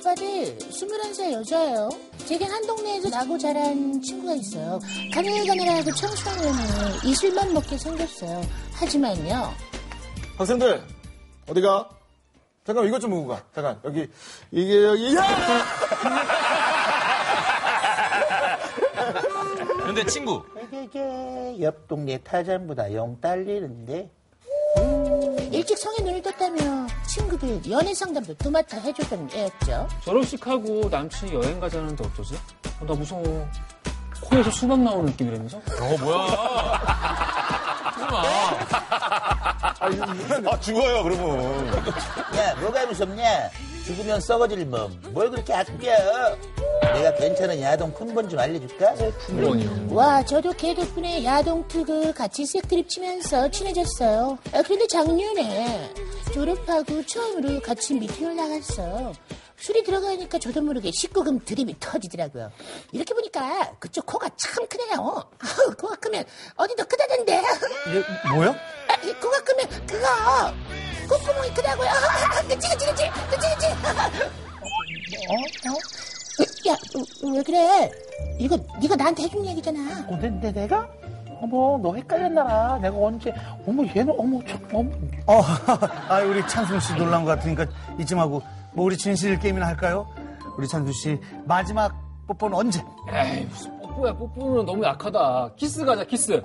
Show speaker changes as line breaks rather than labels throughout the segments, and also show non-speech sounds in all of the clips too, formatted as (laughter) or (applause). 작가지 21살 여자예요. 제게 한 동네에서 나고 자란 친구가 있어요. 가늘가늘하고 청소년에 이슬만 먹게 생겼어요. 하지만요.
학생들 어디가? 잠깐 이것 좀 보고 가. 잠깐 여기 이게 여기 야!
그런데 친구
이게 옆 동네 타잔보다 영 딸리는데
일찍 성에 눈을 떴다며 친구들 연애 상담도 도맡아 해줬던 애였죠.
결혼식하고 남친이 여행 가자는데 어쩌지? 어, 나 무서워. 코에서 수박 나오는 느낌이라면서?
어 뭐야
아 죽어요 그러면.
야 뭐가 무섭냐 죽으면 썩어질 몸뭘 그렇게 아껴 내가 괜찮은 야동 품번 좀 알려줄까?
와, 저도 걔 덕분에 야동 특을 같이 색드립 치면서 친해졌어요. 아, 그런데 작년에 졸업하고 처음으로 같이 미팅을 나갔어. 술이 들어가니까 저도 모르게 19금 드림이 터지더라고요. 이렇게 보니까 그쪽 코가 참 크네요. 아우, 코가 크면 어디 더 크다던데.
뭐야?
아, 이 코가 크면 그거 콧구멍이 크다고요. 아, 그치 그치 그치 그치 그치. 어? 어? 야, 왜 그래? 이거 네가 나한테 해준 얘기잖아.
어, 내, 내, 내가? 어머, 너 헷갈렸나라. 내가 언제, 어머, 얘는, 어머, 참, 어머.
어, (laughs) 아 우리 찬순 씨 놀란 것 같으니까 이쯤하고 뭐 우리 진실 게임이나 할까요? 우리 찬순 씨 마지막 뽀뽀는 언제?
에이, 무슨 뽀뽀야, 뽀뽀는 너무 약하다. 키스 가자, 키스.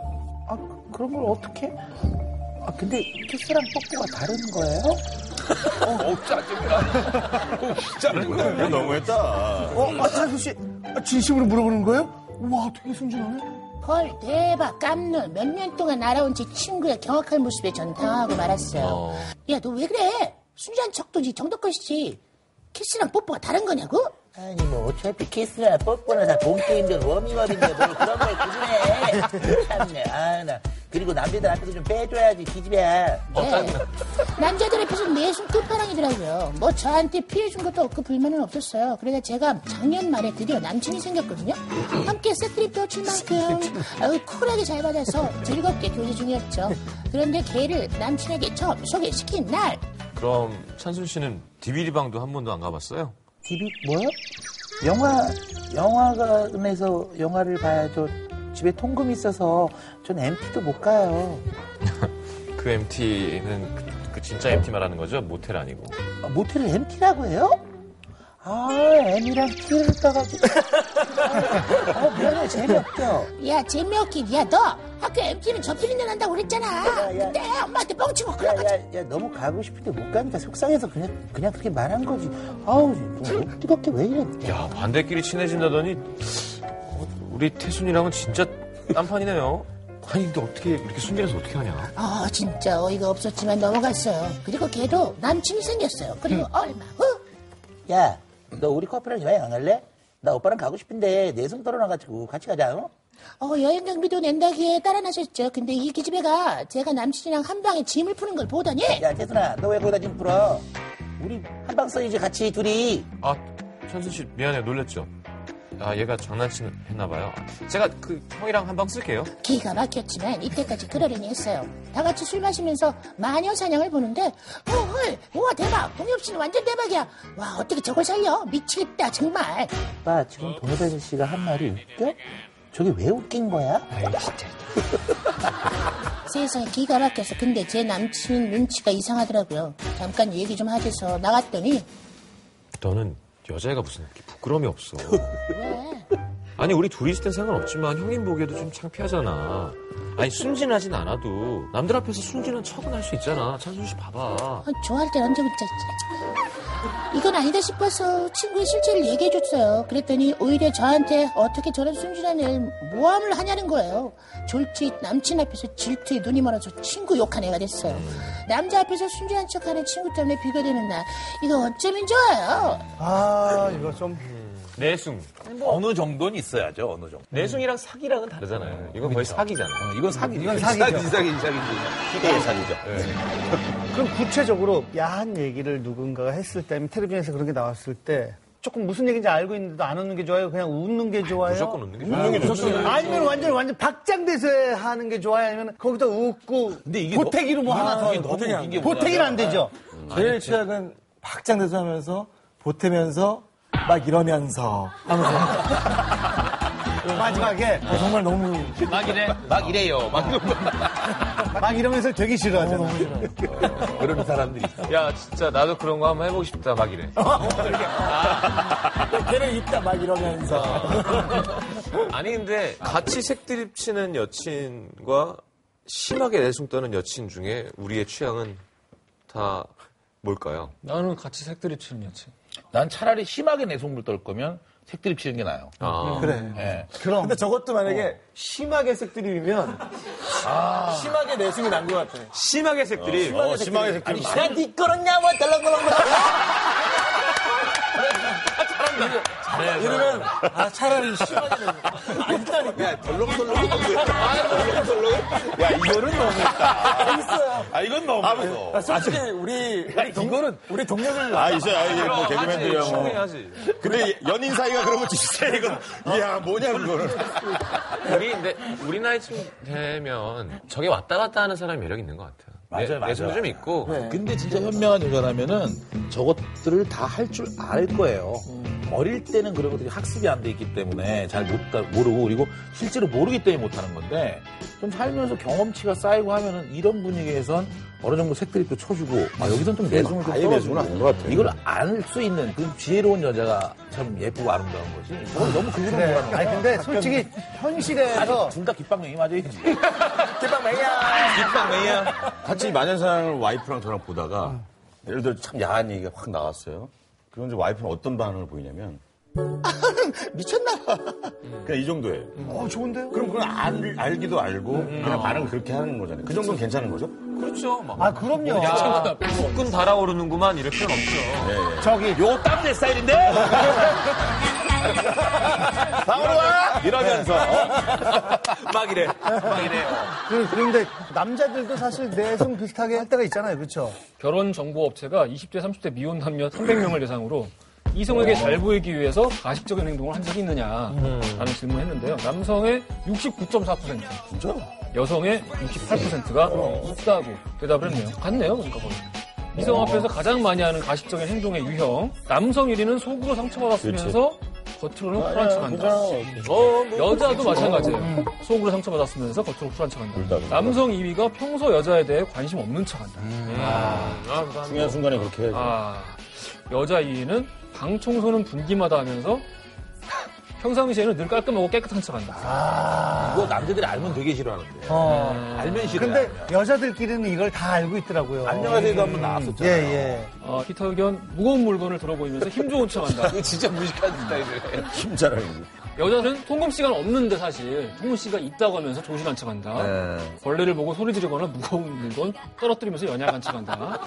아, 그런 걸 어떻게? 아, 근데 키스랑 뽀뽀가 다른 거예요?
이거 너무했다.
어, 아, 찬순 씨 아, 진심으로 물어보는 거예요? 와, 되게 순진하네.
헐 대박 깜놀 몇 년 동안 날아온 제 친구의 경악한 모습에 전 당하고 말았어요 야 너 왜 그래 순진한 척도지 정도껏이지 키스랑 뽀뽀가 다른 거냐고?
아니, 뭐, 어차피 키스나 뽀뽀나 다 본게임들 워밍업인데, 뭐, 그런 걸 구분해. 참네, 아, 나. 그리고 남자들 앞에서 좀 빼줘야지, 기집애야.
네. 남자들 앞에서 내손 끝판왕이더라고요 뭐 저한테 피해준 것도 없고 불만은 없었어요 그러다 제가 작년 말에 드디어 남친이 생겼거든요 함께 세트립도 칠 만큼 아유, 쿨하게 잘 받아서 즐겁게 교제 중이었죠 그런데 걔를 남친에게 처음 소개시킨 날
그럼 찬순 씨는 디비리 방도 한 번도 안 가봤어요?
TV, 뭐요? 영화, 영화관에서 영화를 봐야죠. 집에 통금 있어서 전 MT도 못 가요.
그 MT는 그, 그 진짜 MT 말하는 거죠? 모텔 아니고
아, 모텔을 MT라고 해요? 아, M이랑 T를 따가지고. 아, 어, 미안해, 재미없죠?
야 재미없긴 야너 학교 MT는 접수린 날 한다고 그랬잖아
야, 야.
그때 엄마한테 뻥치고
야,
그런 거
야, 야, 너무 가고 싶은데 못 가니까 속상해서 그냥, 그냥 그렇게 말한 거지. 아우, 뭐, 뜨겁게 왜 이래.
야 반대끼리 친해진다더니 어, 우리 태순이랑은 진짜 딴판이네요 (laughs) 아니 근데 어떻게 이렇게 순진해서 어떻게 하냐
아 진짜 어이가 없었지만 넘어갔어요 그리고 걔도 남친이 생겼어요 그리고
음.
얼마 후
야, 너 우리 커플이랑 여행 안 갈래? 나 오빠랑 가고 싶은데 내손 떨어놔가지고 같이 가자, 어?
어, 여행 경비도 낸다기에 따라 나셨죠 근데 이 기집애가 제가 남친이랑 한 방에 짐을 푸는 걸 보더니
야, 태순아, 너 왜 거기다 짐 풀어? 우리 한방 써이지 같이 둘이.
아 찬순 씨 미안해요 놀랬죠? 아 얘가 장난치는 했나 봐요 제가 그 형이랑 한 방 쓸게요
기가 막혔지만 이때까지 그러려니 했어요 다 같이 술 마시면서 마녀 사냥을 보는데 어헐 우와 대박 동엽 씨는 완전 대박이야 와 어떻게 저걸 살려 미치겠다 정말
오빠, 지금 동엽 아저씨가 한 말이 웃겨? 저게 왜 웃긴 거야?
세상에 기가 막혀서 근데 제 남친 눈치가 이상하더라고요. 잠깐 얘기 좀 하셔서 나갔더니
너는 여자애가 무슨 이렇게 부끄러움이 (laughs) 없어
왜?
아니 우리 둘이 있을 땐 상관없지만 형님 보기에도 좀 창피하잖아 아니 순진하진 않아도 남들 앞에서 순진한 척은 할 수 있잖아 찬순 씨 봐봐
아, 좋아할 때 남자 진짜 진짜. 이건 아니다 싶어서 친구의 실체를 얘기해 줬어요. 그랬더니 오히려 저한테 어떻게 저런 순진한 애를 모함을 하냐는 거예요. 졸지 남친 앞에서 질투에 눈이 멀어서 친구 욕한 애가 됐어요. 남자 앞에서 순진한 척하는 친구 때문에 비가 되는 날 이거 어쩌면 좋아요.
아, 이거 좀
내숭
어느 정도는 있어야죠, 어느 정도.
뭐. 내숭이랑 사기랑은 다르잖아요 음. 이건 거의 사기잖아
어, 이건 사기죠.
이건 사기죠.
사기지, 사기지, 예. 사기지. 피고의 사기죠.
(laughs) 그럼 구체적으로 야한 얘기를 누군가가 했을 때, 아니면 텔레비전에서 그런 게 나왔을 때, 조금 무슨 얘기인지 알고 있는데도 안 웃는 게 좋아요? 그냥 웃는 게 좋아요?
무조건 웃는 게 좋아요.
게 좋죠. 아니면 완전 완전 박장대소 하는 게 좋아요? 아니면 거기다 웃고
근데 이게
보태기로 뭐
너-
하나
이게
더
너무 웃긴 게
네.
보태기는 안 되죠.
제일 최악은 박장대소하면서 보태면서 막 이러면서 하면서
그 마지막에
어, 정말 너무
막
네.
이래.
막 이래요. 막
(laughs)
막 이러면서 되게 싫어하잖아.
그런 사람들이 있어.
야, 진짜 나도 그런 거 한번 해보고 싶다, 막 이래.
걔는 있다 막 이러면서
아니, 근데 같이 색드립 치는 여친과 심하게 내숭 떠는 여친 중에 우리의 취향은 다 뭘까요?
나는 같이 색들이 치는 여친.
난 차라리 심하게 내숭물 떨 거면 색드립 치는 게 나아요.
아,
그래.
예.
근데 저것도 만약에 심하게 색드립이면 심하게 내숭이 난 것 같아.
심하게 색드립.
어, 심하게 색드립.
난니 거는냐 뭐 덜렁거렁 거려.
이러면 아 차라리 심하게 아,
야, 덜렁덜렁. 덜렁덜렁. 야, 이거는 너무했다. 아, 이건 너무했어.
아, 솔직히 우리 우리 동,
이거는-
우리 동료들
아, 이제, 아, 이게 뭐, 개그맨들이야,
충분히
뭐.
하지.
근데 연인 사이가 그런 거 진짜 이건, 이야, 뭐냐, 그거는.
우리 근데 우리 나이쯤 되면 저게 왔다 갔다 하는 사람이 매력 있는 것 같아요.
맞아요, 맞아요. 네.
내숭도 좀 있고
근데 진짜 현명한 여자라면은 저것들을 다 할 줄 알 거예요. 어릴 때는 그런 것들이 학습이 안 돼 있기 때문에 잘 못, 모르고 그리고 실제로 모르기 때문에 못 하는 건데 좀 살면서 경험치가 쌓이고 하면은 이런 분위기에선 어느 정도 색드립도 쳐주고 아, 여기선 좀 내숭을 좀
아예
떨어주고
내숭은 아닌 것 같아요.
이걸 알 수 있는 그 지혜로운 여자가 참 예쁘고 아름다운 거지. 저건 너무 그거로
네.
보라는
아니
거야.
근데 솔직히 현실에서
둘 다 깃방맹이 맞아야지.
같이 마녀사랑을 와이프랑 저랑 보다가, 예를 들어 참 야한 얘기가 확 나왔어요. 그럼 이제 와이프는 어떤 반응을 보이냐면, 미쳤나봐. 그냥 이 정도예요.
어 좋은데요?
그럼 그건 알, 알기도 알고, 그냥 반응을 그렇게 하는 거잖아요. 그 정도는 괜찮은 거죠?
그렇죠. 막
아 그럼요.
야, 복근 달아오르는구만 이럴 필요는 없죠.
네.
저기
요거 딱
(laughs)
내 스타일인데?
방으로 와! 네.
이러면서
막 이래.
그, 그런데 남자들도 사실 내성 비슷하게 할 때가 있잖아요, 그렇죠?
결혼 정보 업체가 20대, 30대 미혼 남녀 300명을 대상으로 이성에게 잘 보이기 위해서 가식적인 행동을 한 적이 있느냐라는 질문을 했는데요. 남성의 69.4%,
진짜?
여성의 68%가 없다고 대답을 했네요. 같네요, 그러니까 거의. 이성 앞에서 가장 많이 하는 가식적인 행동의 유형, 남성 1위는 속으로 상처받았으면서 겉으로는 쿨한 척한다. 아, 뭐, 어, 여자도 마찬가지예요. 어, 속으로 상처받았으면서 겉으로 쿨한 척한다. 남성 2위가 평소 여자에 대해 관심 없는 척한다.
중요한 순간에 그렇게 해야죠.
아, 여자 2위는 방 청소는 분기마다 하면서 평상시에는 늘 깔끔하고 깨끗한 척한다.
아. 이거 남자들이 알면 되게 싫어하는데. 알면 싫어.
근데 여자들끼리는 이걸 다 알고 있더라고요.
안녕하세요도 한번 나왔었잖아.
예, 예.
어, 피터 의견 무거운 물건을 들어보이면서 힘 좋은 척한다.
이거 진짜 무식한 스타일이래.
힘 자랑이고.
여자는 통금 시간 없는데 사실 통금 시간 있다고 하면서 조신한 척한다.
네.
벌레를 보고 소리 지르거나 무거운 물건 떨어뜨리면서 연약한 척한다.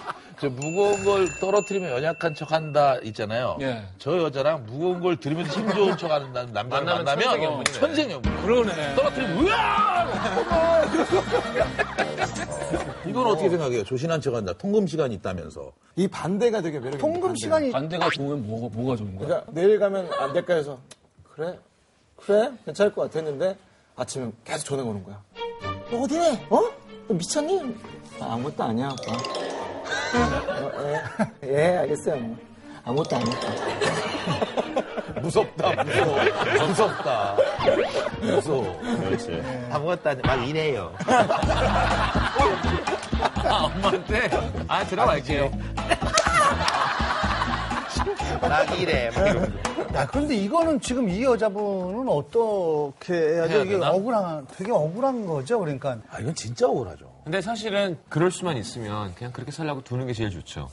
저 무거운 걸 떨어뜨리면 연약한 척 한다 있잖아요.
예.
저 여자랑 무거운 걸 들으면서 힘 좋은 척 하는 남- 남자를
만나면
만나면 어.
천생연분이네.
천생연분.
그러네.
떨어뜨리면, 으아! 이건 어떻게 생각해요? 조신한 척 한다. 통금 시간이 있다면서.
이 반대가 되게 매력.
통금 시간이
아,
반대가 좋으면 뭐가, 뭐가 좋은 거야?
그러니까 내일 가면 안 될까 해서 그래 그래 괜찮을 것 같았는데 아침에 계속 전화가 오는 거야. 너 어디래? 어? 너 미쳤니? 아, 무것도 아니야. 아빠. 어, 예, 예, 알겠어요. 엄마. 아무것도 아니야.
무섭다, 무서워. 무섭다. 무서워.
그렇지.
아무것도 안 해. 막 이래요.
아, 엄마한테? 아, 들어갈게요.
막 이래. 막 이러고.
야, 그런데 이거는 지금 이 여자분은 어떻게 해야죠? 이게 억울한, 되게 억울한 거죠, 그러니까.
아, 이건 진짜 억울하죠.
근데 사실은 그럴 수만 있으면 그냥 그렇게 살라고 두는 게 제일 좋죠.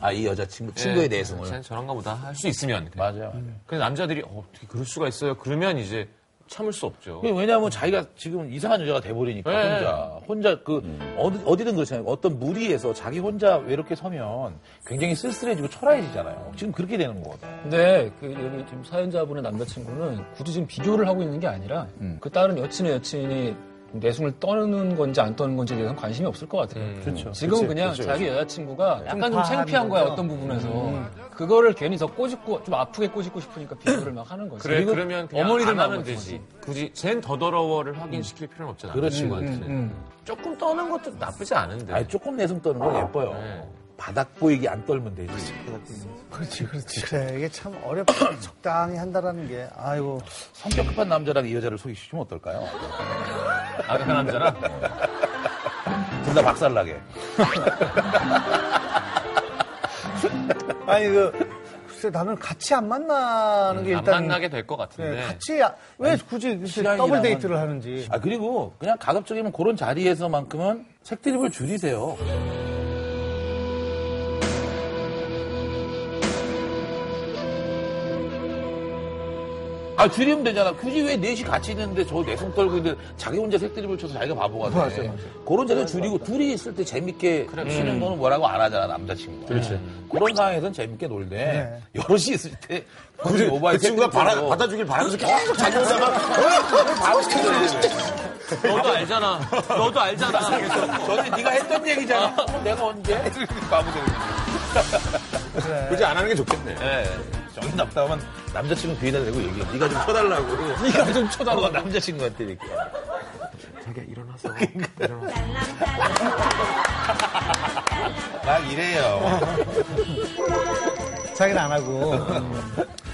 아, 이 여자친구, 친구에
예,
대해서. 오늘.
쟤는 저런가 보다 할 수 있으면. 그냥.
맞아요.
근데 남자들이 어, 어떻게 그럴 수가 있어요? 그러면 이제 참을 수 없죠.
그게 왜냐하면 자기가 지금 이상한 여자가 돼버리니까
네.
혼자 혼자 그 어디, 어디든 그렇잖아요 어떤 무리에서 자기 혼자 외롭게 서면 굉장히 쓸쓸해지고 초라해지잖아요 지금 그렇게 되는 거거든
근데 그 여기 지금 사연자분의 남자친구는 굳이 지금 비교를 하고 있는 게 아니라
음.
그 다른 여친의 여친이 좀 내숭을 떠는 건지 안 떠는 건지에 대해서 관심이 없을 것 같아요.
그렇죠.
지금
그치,
그냥
그치,
자기
네.
여자친구가 음. 약간 음. 좀
과한
창피한 거야
거죠.
어떤 부분에서 그거를 괜히 더 꼬집고 좀 아프게 꼬집고 싶으니까 비교를 막 하는 거지.
그래,
그리고
그러면 그냥
어머니들
안 하면
마음인
되지. 굳이 쟨 더더러워를 확인시킬 필요는 없잖아.
음. 그렇지. 음,
친구한테는. 조금 떠는 것도 나쁘지 않은데.
아니 조금 내성 떠는 건 예뻐요
네.
바닥 보이기 안 떨면 되지.
그렇지, 그렇지. 그래, 이게 참 어렵다. (clears throat) 적당히 한다라는 게, 아이고.
성격 급한 남자랑 이 여자를 소개시키면 어떨까요?
아, 그 남자랑?
둘 다 박살나게.
아니, 그, 글쎄, 나는 같이 안
음,
만나는 게
안
일단.
만나게 될 것
네,
같은데.
같이, 아- 왜 굳이 이렇게
시간이
더블
남았-
데이트를 하는지.
아 그리고 그냥 가급적이면 그런 자리에서만큼은 색드립을 줄이세요. 아 줄이면 되잖아. 굳이 왜 넷이 같이 있는데 저 내성 떨고 있는데 자기 혼자 색드립을 쳐서 자기가 바보가 돼. 그런 자리 줄이고 둘이 있을 때 재밌게
그렇죠.
치는
음.
거는 뭐라고 안 하잖아 남자친구가. 그렇지. 그런 상황에선 재밌게 놀대. (laughs) 여럿이 있을 때 굳이 오바이
네. 그 친구가
색드립
받아,
쳐서.
받아주길 바라면서 계속 자기 혼자만 바보 시켜주네.
너도 알잖아. 너도
(laughs)
알잖아. 어.
전에 네가 했던 얘기잖아. 내가 언제? 바보 되는
굳이 안 하는 게 좋겠네.
예. 정신 답답하면 남자친구 귀에다 대고 얘기해. 네가 좀 쳐달라고. 네가 좀 쳐달라고 남자친구한테 얘기해. 자기야 일어나서. 일어나서. 막 이래요.
자기는 안 하고.